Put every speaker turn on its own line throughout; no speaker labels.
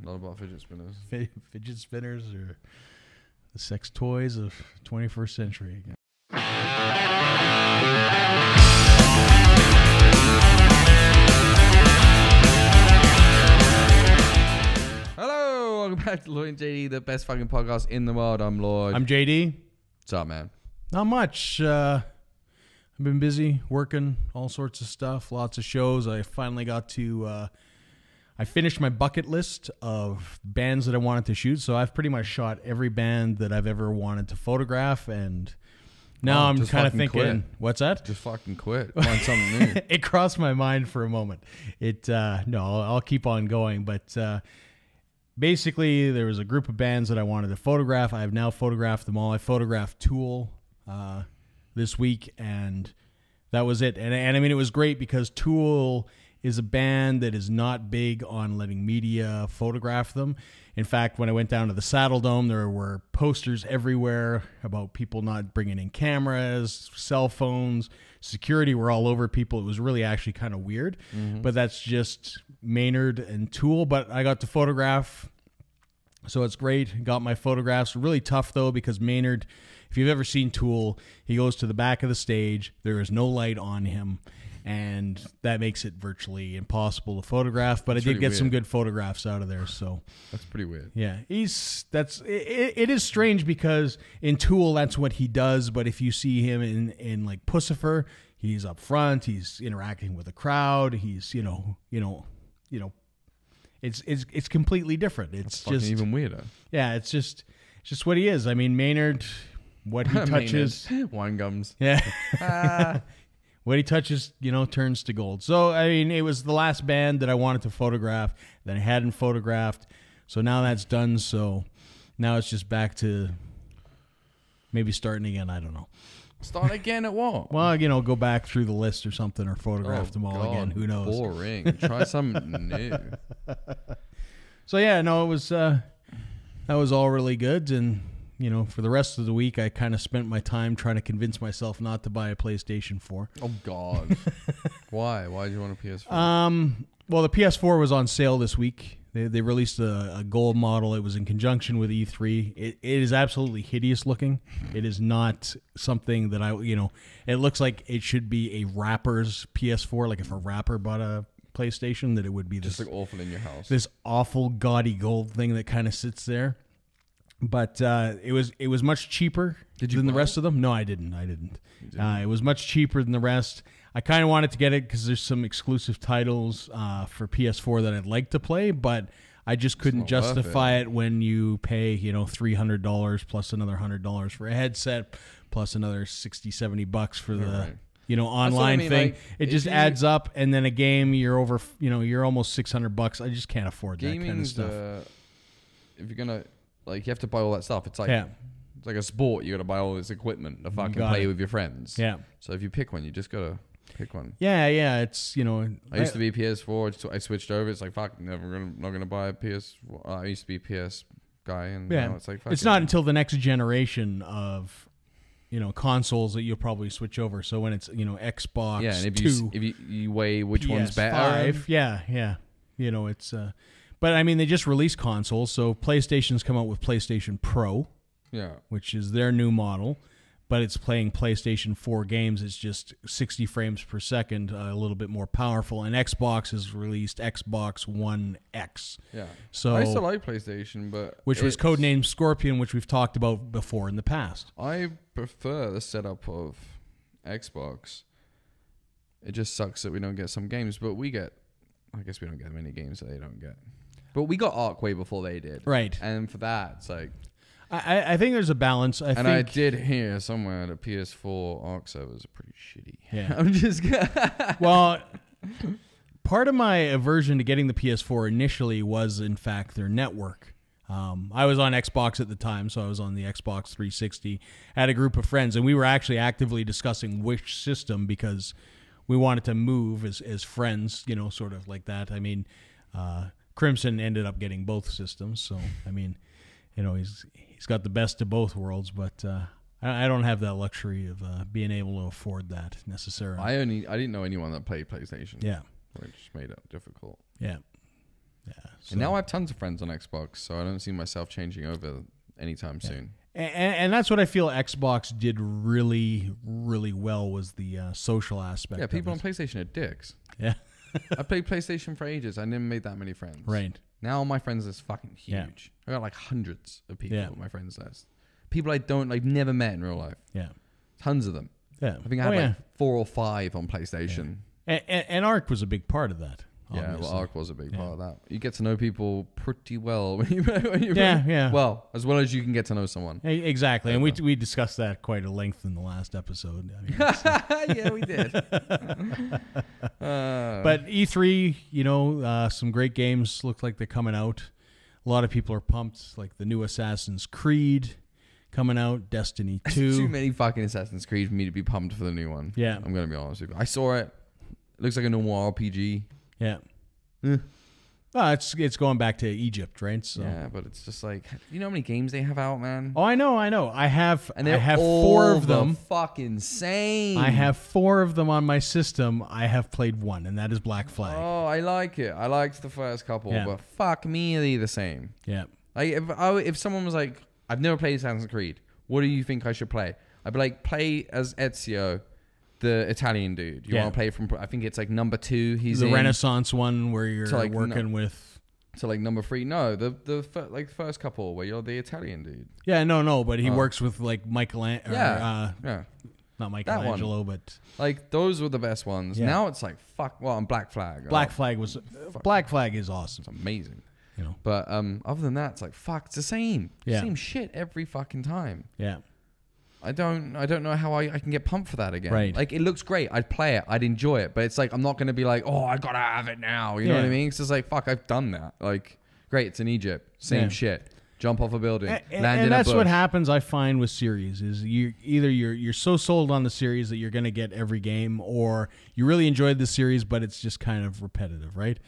not about fidget spinners.
Fi- Fidget spinners are the sex toys of 21st century.
Hello, welcome back to Lloyd and JD, the best fucking podcast in the world. I'm Lloyd.
I'm JD.
What's up, man?
Not much. Uh, I've been busy working all sorts of stuff, lots of shows. I finally got to. Uh, I finished my bucket list of bands that I wanted to shoot, so I've pretty much shot every band that I've ever wanted to photograph, and now
Oh,
I'm
just
kind of
fucking
thinking,
quit.
what's that?
Just fucking quit. Find something new.
it crossed my mind for a moment. It uh, no, I'll, I'll keep on going, but uh, basically there was a group of bands that I wanted to photograph. I have now photographed them all. I photographed Tool uh, this week, and that was it. And and I mean it was great because Tool is a band that is not big on letting media photograph them. In fact, when I went down to the Saddle Dome, there were posters everywhere about people not bringing in cameras, cell phones, security were all over people. It was really actually kind of weird, but that's just Maynard and Tool. But I got to photograph so it's great. Got my photographs. Really tough though because Maynard, if you've ever seen Tool, he goes to the back of the stage. There is no light on him, and that makes it virtually impossible to photograph. But I did
really
get some
weird.
good photographs out of there. So
That's pretty weird.
yeah, he's that's i i it is strange because in Tool that's what he does, but if you see him in in like Pussifer, he's up front, he's interacting with the crowd, he's you know you know you know. It's, it's, it's completely different. It's
Fucking
just
even weirder.
yeah, it's just it's just what he is. I mean, Maynard, what he touches,
Maynard. wine gums.
yeah,
Ah.
what he touches, you know, turns to gold. So I mean, it was the last band that I wanted to photograph that I hadn't photographed. So now that's done. So now it's just back to maybe starting again. I don't know.
Start again at what?
Well, you know, go back through the list or something, or photograph
Oh,
them all
God,
again. Who knows?
Boring. Try something new.
So yeah, no, it was uh, that was all really good, and you know, for the rest of the week, I kind of spent my time trying to convince myself not to buy a PlayStation Four.
Oh God. Why? Why do you want a PS4?
Um, well, the PS4 was on sale this week. They, they released a, a gold model. It was in conjunction with E3. It, it is absolutely hideous looking. It is not something that I, you know, it looks like it should be a rapper's PS4. Like if a rapper bought a PlayStation, that it would be this
Just like awful in your house.
this awful gaudy gold thing that kind of sits there. But uh, it was it was much cheaper
Did you
than the
buy
rest of them. No, I didn't. I didn't. Uh, it was much cheaper than the rest. I kind of wanted to get it because there's some exclusive titles uh, for PS4 that I'd like to play, but I just
not
couldn't
worth
justify it. when you pay you know three hundred dollars plus another hundred dollars for a headset, plus another 60, 70 bucks for the
right.
you know
what I
online
mean,
thing.
like,
it
if
just
you-
adds up, and then a game you're over. You know, you're almost six hundred bucks. I just can't afford that kind of
Gaming's
stuff.
uh, if you're gonna like, you have to buy all that stuff. It's like
yeah,
it's like a sport. You gotta buy all this equipment to fucking
got
play
it.
with your friends.
yeah,
So if you pick one, you just gotta pick one.
yeah, yeah. It's you know,
I used to be PS4. I just- I switched over. It's like fuck. Never gonna not gonna buy a PS. uh, I used to be PS guy, and
Yeah.
now it's like fuck
It's
it.
not until the next generation of you know consoles that you'll probably switch over. So when it's you know Xbox,
Yeah, and if
two,
you s- if you, you weigh which one's um, better,
PS5. Yeah, yeah. You know, it's. uh But I mean, they just released consoles, so PlayStation's come out with PlayStation Pro,
yeah.
which is their new model, but it's playing PlayStation 4 games. It's just 60 frames per second, uh, a little bit more powerful. And Xbox has released Xbox One X,
Yeah.
So-
I used to like PlayStation, but
which was
it's-
codenamed Scorpion, which we've talked about before in the past.
I prefer the setup of Xbox. It just sucks that we don't get some games, but we get. I guess we don't get many games that they don't get. But we got Arc way before they did,
Right.
And for that, it's like,
I, I- I think there's a balance. I
and
think.
I did hear somewhere that PS4 Arc servers are pretty shitty.
Yeah.
I'm just. gonna-
well, part of my aversion to getting the PS4 initially was, in fact, their network. Um, I was on Xbox at the time, so I was on the Xbox 360. I had a group of friends, and we were actually actively discussing which system because we wanted to move as, as friends, you know, sort of like that. I mean, uh, Crimson ended up getting both systems, so I mean, you know, he's he's got the best of both worlds, but uh, I, I don't have that luxury of uh, being able to afford that necessarily.
I only I didn't know anyone that played PlayStation.
yeah.
Which made it difficult.
Yeah. Yeah. so-
And now I have tons of friends on Xbox, so I don't see myself changing over anytime soon.
and, and that's what I feel Xbox did really, really well was the uh, social aspect.
Yeah,
of
people on
it.
PlayStation are dicks.
Yeah,
I played PlayStation for ages. I never made that many friends.
right.
Now my friends list fucking huge.
Yeah.
I got like hundreds of people
Yeah.
on my friends list. People I don't like never met in real life.
Yeah,
Tons of them.
yeah.
I think I
oh,
had
yeah.
like four or five on Playstation.
And, and, and Arc was a big part of that.
Yeah,
obviously.
well, Ark was a big part of that. You get to know people pretty well when you, when you
Yeah, yeah.
Well, as well as you can get to know someone.
E- exactly. And we we discussed that quite at length in the last episode. I mean,
yeah, we did. Uh,
but E3, you know, uh, some great games look like they're coming out. A lot of people are pumped, like the new Assassin's Creed coming out, Destiny
too
2.
many fucking Assassin's Creed for me to be pumped for the new one.
Yeah.
I'm gonna be honest with you. I saw it. It looks like a normal RPG.
Yeah. Well, it's it's going back to Egypt, right? So.
Mm. Yeah, but it's just like you know how many games they have out, man.
Oh, I know, I know. I have
and
I
they're
have
all
four of
the
them.
Fucking same.
I have four of them on my system. I have played one, and that is Black Flag.
Oh, I like it. I liked the first couple,
Yeah.
but fuck me, they the same.
Yeah.
Like if I, if someone was like, I've never played Assassin's Creed. What do you think I should play? I'd be like, play as Ezio, the Italian dude. You
Yeah.
want to play from? I think it's like number two. He's
the
in,
Renaissance one where you're
So, like,
working with.
to like number three. No, the the fir- like first couple where you're the Italian dude.
Yeah, no, no, but he works with like Michelangelo.
Oh. Yeah.
Uh,
Yeah,
not
one.
Michelangelo, but
like those were the best ones.
Yeah.
Now it's like fuck. Well, I'm Black Flag.
Black
Oh,
Flag was Black Flag is awesome.
it's amazing.
You know.
But um, other than that, it's like fuck. It's the same.
Yeah.
Same shit every fucking time.
Yeah.
I don't I don't know how I, I can get pumped for that again.
Right.
Like it looks great. I'd play it. I'd enjoy it. But it's like I'm not gonna be like, oh, I gotta have it now. You know what I
Yeah.
mean? It's just like fuck, I've done that. Like, great, it's in Egypt. Same
Yeah.
shit. Jump off a building.
And,
land in
that's
a bush.
what happens I find with series is you either you're you're so sold on the series that you're going to get every game or you really enjoyed the series but it's just kind of repetitive, right?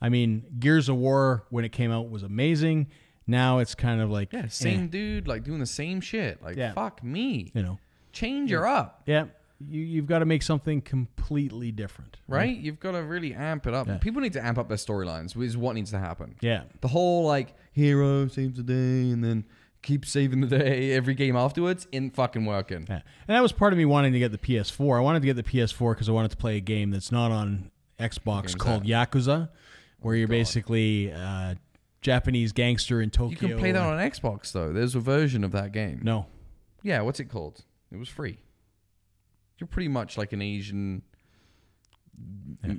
I mean, Gears of War when it came out was amazing. Now it's kind of like
Yeah,
eh,
same dude, like doing the same shit. Like
Yeah.
fuck me.
you know.
Change her up.
Yeah. You you've got to make something completely different.
Right? You've got to really amp it up.
Yeah.
People need to amp up their storylines, which is what needs to happen.
Yeah.
The whole like hero saves the day and then keep saving the day every game afterwards isn't fucking working.
Yeah. And that was part of me wanting to get the PS4. I wanted to get the PS4 because I wanted to play a game that's not on Xbox called Yakuza, where you're basically uh, Japanese gangster in Tokyo.
You can play that on Xbox though. There's a version of that game.
No.
Yeah, what's it called? It was free. You're pretty much like an Asian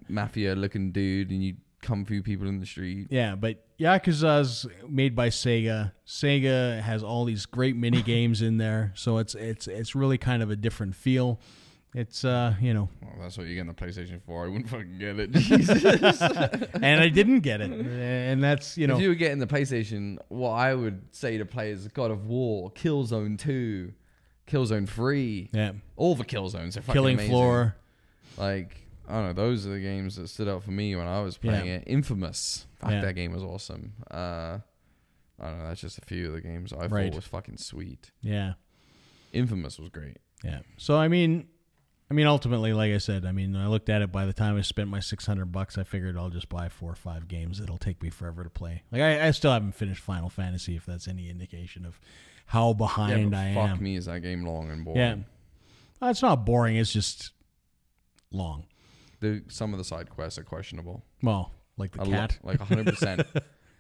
mafia looking dude and you come through people in the street.
Yeah, but Yakuza's made by Sega. Sega has all these great mini games in there, so it's it's it's really kind of a different feel. It's uh, you know,
Well, that's what you get on the PlayStation 4. I wouldn't fucking get it. Jesus.
and I didn't get it, and that's you know,
If you were getting the PlayStation, what I would say to play is God of War, Killzone 2, Killzone 3.
yeah,
All the Killzones are fucking
Killing
amazing.
Floor,
Like, I don't know, those are the games that stood out for me when I was playing
Yeah.
it. Infamous. Fuck,
Yeah.
that game was awesome. Uh, I don't know, that's just a few of the games I
Right.
thought was fucking sweet.
yeah.
Infamous was great.
Yeah. So I mean, I mean, ultimately, like I said, I mean, I looked at it. By the time I spent my six hundred bucks, I figured I'll just buy four or five games. It'll take me forever to play. Like I, I still haven't finished Final Fantasy, if that's any indication of how
Yeah,
behind
but
I
fuck
am.
me, is that game long and boring.
Yeah. Uh, It's not boring. It's just long.
The, some of the side quests are questionable.
Well, like
A
the
lot-
cat.
like 100%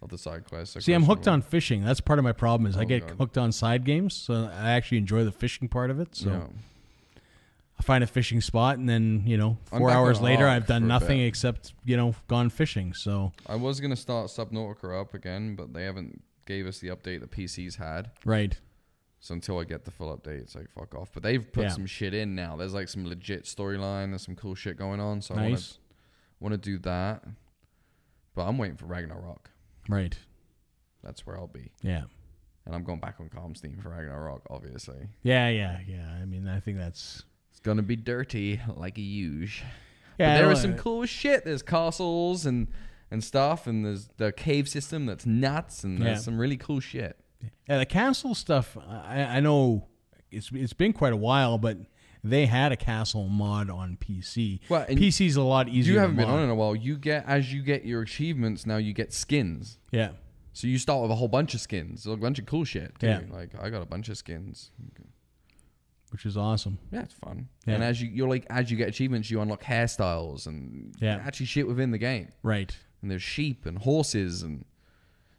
of the side quests are
See, I'm hooked
questionable.
on fishing. That's part of my problem is I
Oh,
get
God.
hooked on side games, so I actually enjoy the fishing part of it. So
Yeah.
I find a fishing spot, and then you know,
I'm
four
back on
hours
the
later,
Ark
I've
for
done
a
nothing
bit.
except you know, gone fishing. So
I was going to start Subnautica up again, but they haven't gave us the update that PC's had.
right.
So until I get the full update, it's like fuck off. But they've put
Yeah.
some shit in now. There's like some legit storyline. There's some cool shit going on. So
Nice.
I want to want to do that. But I'm waiting for Ragnarok.
Right.
That's where I'll be,
Yeah.
and I'm going back on Calm Steam for Ragnarok. Obviously,
Yeah, yeah, yeah. I mean, I think that's
it's gonna be dirty like a huge.
yeah.
but there
I
is
don't-
some cool shit. There's castles and and stuff, and there's the cave system that's nuts, and there's
Yeah.
some really cool shit.
yeah, the castle stuff. I, I know it's it's been quite a while, but They had a castle mod on PC.
Well, and
PC's a lot easier.
you
to
haven't been
mod.
on in a while. You get as you get your achievements now, you get skins.
Yeah.
So you start with a whole bunch of skins, a bunch of cool shit. Too.
Yeah.
Like I got a bunch of skins.
Which is awesome.
Yeah, it's fun.
Yeah.
And as you you're like as you get achievements, you unlock hairstyles and
Yeah.
actually shit within the game.
Right.
And there's sheep and horses and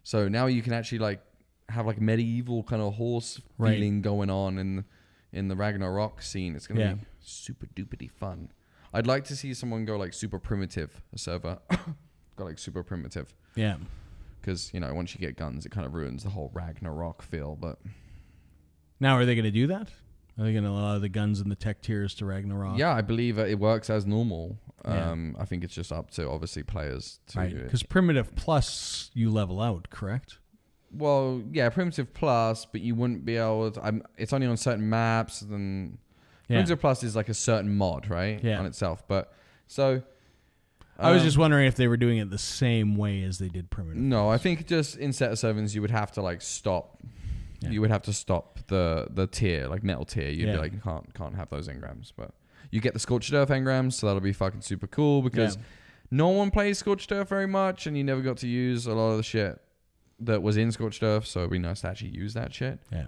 so now you can actually like have like medieval kind of horse
Right.
feeling going on in in the Ragnarok scene. It's gonna
Yeah.
be super duperty fun. I'd like to see someone go like super primitive a server. go like super primitive.
Yeah.
Because, you know, once you get guns it kind of ruins the whole Ragnarok feel, but
Now, are they going to do that? Are they going to allow the guns and the tech tiers to Ragnarok?
Yeah, I believe that it works as normal.
Yeah.
Um, I think it's just up to obviously players to.
Right. Because primitive plus you level out, correct?
Well, yeah, primitive plus, but you wouldn't be able. To, I'm, it's only on certain maps. Then
Yeah.
primitive plus is like a certain mod, right?
Yeah.
On itself, but so.
I was
um,
just wondering if they were doing it the same way as they did primitive.
No, I think just in set of sevens, you would have to like stop.
Yeah.
You would have to stop the the tier, like metal tier. You'd
Yeah.
be like, can't can't have those engrams, but you get the scorched earth engrams, so that'll be fucking super cool because
Yeah.
no one plays scorched earth very much, and you never got to use a lot of the shit that was in scorched earth. So it'd be nice to actually use that shit.
Yeah.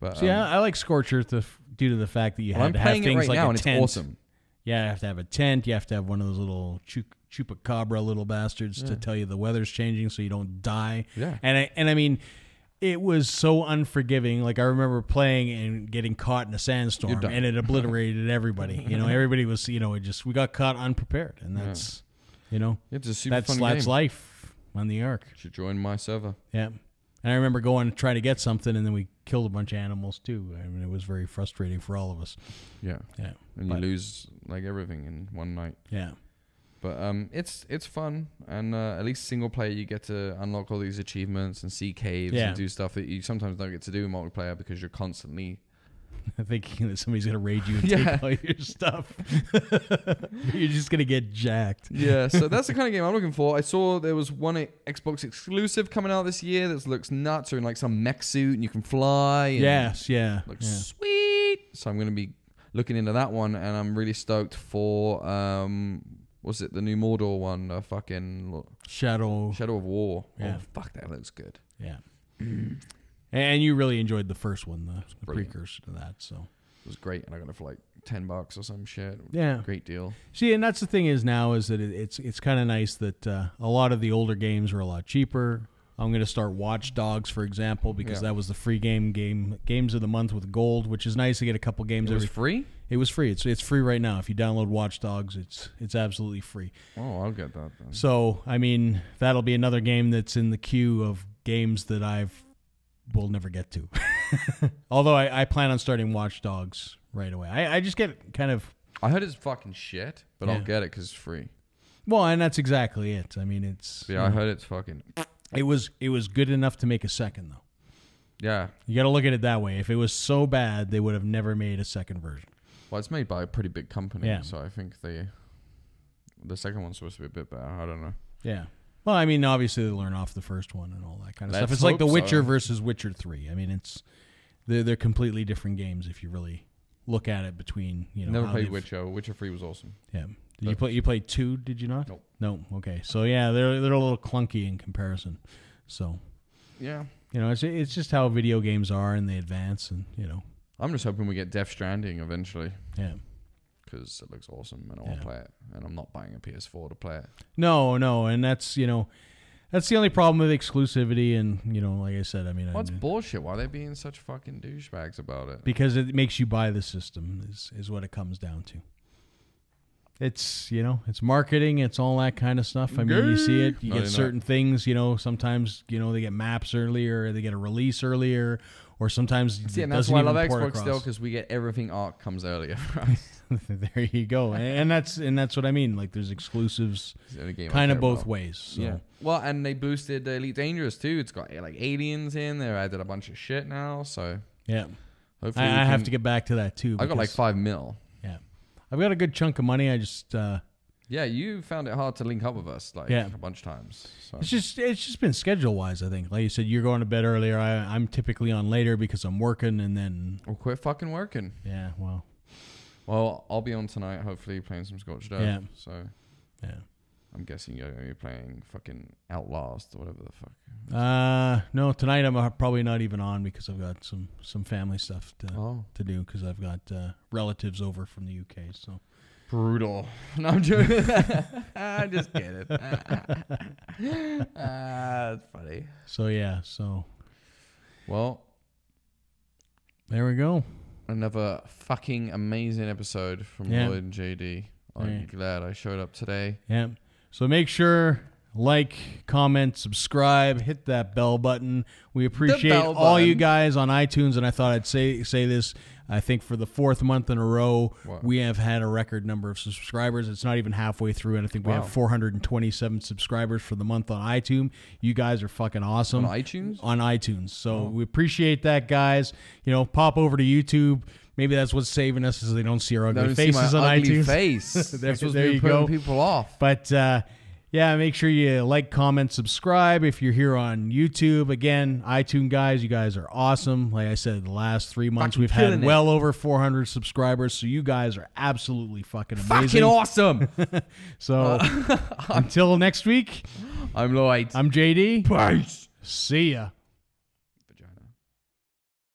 But
See,
um,
I, I like Scorch Earth to f- due to the fact that you
well,
had
I'm
to have
playing
things
it right
like
now,
a
and it's
tent.
awesome.
Yeah, you have to have a tent. You have to have one of those little chu- chupacabra little bastards to tell you the weather's changing so you don't die.
Yeah.
And I and I mean, it was so unforgiving. Like I remember playing and getting caught in a sandstorm,
You're done.
and it obliterated everybody. You know, everybody was you know it just we got caught unprepared, and that's you know
It's a super
that's
fun
that's
game.
life on the ark.
Should join my server.
Yeah. And I remember going to try to get something, and then we killed a bunch of animals too. I mean, it was very frustrating for all of us.
Yeah,
Yeah.
and
But-
you lose like everything in one night.
Yeah.
But um, it's it's fun, and uh, at least single player you get to unlock all these achievements and see caves
Yeah.
and do stuff that you sometimes don't get to do in multiplayer because you're constantly.
thinking that somebody's gonna raid you and
Yeah.
take all your stuff. You're just gonna get jacked.
Yeah, so that's the kind of game I'm looking for. I saw there was one e- Xbox exclusive coming out this year that looks nuts, or in like some mech suit and you can fly. And
Yes, yeah.
looks
yeah.
sweet. So I'm gonna be looking into that one, and I'm really stoked for um, was it the new Mordor one? Uh, fucking lo-
Shadow.
Shadow of War.
Yeah.
Oh fuck, that looks good.
Yeah. and you really enjoyed the first one, the, the
Brilliant.
precursor to that. So
It was great, and I got it for like ten bucks or some shit.
yeah.
Great deal.
See, and that's the thing is now is that it, it's it's kind of nice that uh, a lot of the older games are a lot cheaper. I'm going to start Watch Dogs, for example, because
Yeah.
that was the free game game games of the month with gold, which is nice to get a couple games
It was
every.
free?
It was free. It's it's free right now. If you download Watch Dogs, it's it's absolutely free.
Oh, I'll get that then.
So, I mean, that'll be another game that's in the queue of games that I've will never get to. Although I, I plan on starting Watch Dogs right away. I, I just get kind of
I heard it's fucking shit, but I'll
Yeah.
get it because it's free.
well, and that's exactly it. I mean, it's
Yeah, I heard it's fucking.
it was it was good enough to make a second though.
Yeah.
You got to look at it that way. If it was so bad, they would have never made a second version.
Well, it's made by a pretty big company,
Yeah.
so I think the the second one's supposed to be a bit better. I don't know.
Yeah. Well, I mean, obviously they learn off the first one and all that kind of
Let's
stuff. It's like
hope
The
so.
Witcher versus Witcher Three. I mean, it's they're they're completely different games if you really look at it between you know.
Never
how
played
they've-
Witcher. Witcher Three was awesome.
Yeah. Did you
But-
play? You played two? Did you not?
Nope.
No. Okay. So yeah, they're they're a little clunky in comparison. So
Yeah.
you know, it's it's just how video games are and they advance and you know,
I'm just hoping we get Death Stranding eventually
yeah.
because it looks awesome and I want
Yeah.
to play it. And I'm not buying a PS4 to play it.
No, no, and that's you know, that's the only problem with exclusivity and you know, like I said, I mean, I-
What's bullshit? Why are they being such fucking douchebags about it?
because it makes you buy the system is is what it comes down to. It's you know it's marketing, it's all that kind of stuff. I mean, you see it, you
No,
get
they're not.
certain things. You know, sometimes you know they get maps earlier, they get a release earlier, or sometimes
See,
it
and that's
doesn't
why I love
even port
Xbox
across.
still because we get everything Arc comes earlier.
there you go, and, and that's and that's what I mean. Like there's exclusives, kind of both ways. So.
Yeah. Well, and they boosted the Elite Dangerous too. It's got eh, like aliens in there. I did a bunch of shit now, so
yeah. I,
hopefully we
I have
can-
to get back to that too.
I got like
because-
five mil.
yeah, I've got a good chunk of money. I just uh,
Yeah, you found it hard to link up with us like
Yeah.
a bunch of times. So.
It's just it's just been schedule wise. I think, like you said, you're going to bed earlier. I, I'm typically on later because I'm working, and then
Well, quit fucking working.
yeah, well,
Well, I'll be on tonight, hopefully playing some Scotch Dove.
Yeah.
So
Yeah.
I'm guessing you're gonna be playing fucking Outlast or whatever the fuck.
Uh, no, tonight I'm uh, probably not even on because I've got some some family stuff to
Oh,
to do because I've got uh, relatives over from the UK. So
brutal. No, I'm joking. I'm just kidding. Ah, that's funny.
so yeah. So
Well,
there we go.
another fucking amazing episode from
Yeah.
Lloyd and JD. I'm
Yeah.
glad I showed up today.
Yeah. So make sure like, comment, subscribe, hit that bell button. We appreciate
bell
all you
button.
guys on iTunes and I thought I'd say say this I think for the fourth month in a row,
Wow.
we have had a record number of subscribers. It's not even halfway through, and I think we
Wow.
have 427 subscribers for the month on iTunes. You guys are fucking awesome
On iTunes?
on iTunes. So we appreciate that, guys. You know, pop over to YouTube. Maybe that's what's saving us is they don't see our ugly
Don't see my
faces on
ugly
iTunes.
face.
There-
That's what's
there
been
you
putting
go.
people off.
But uh, yeah, make sure you like, comment, subscribe if you're here on YouTube. Again, iTunes guys, you guys are awesome. Like I said, the last three months
Fucking
we've had
killing it.
well over 400 subscribers, so you guys are absolutely fucking amazing.
Fucking awesome.
So until next week,
I'm Lloyd.
I'm JD.
Peace.
See ya.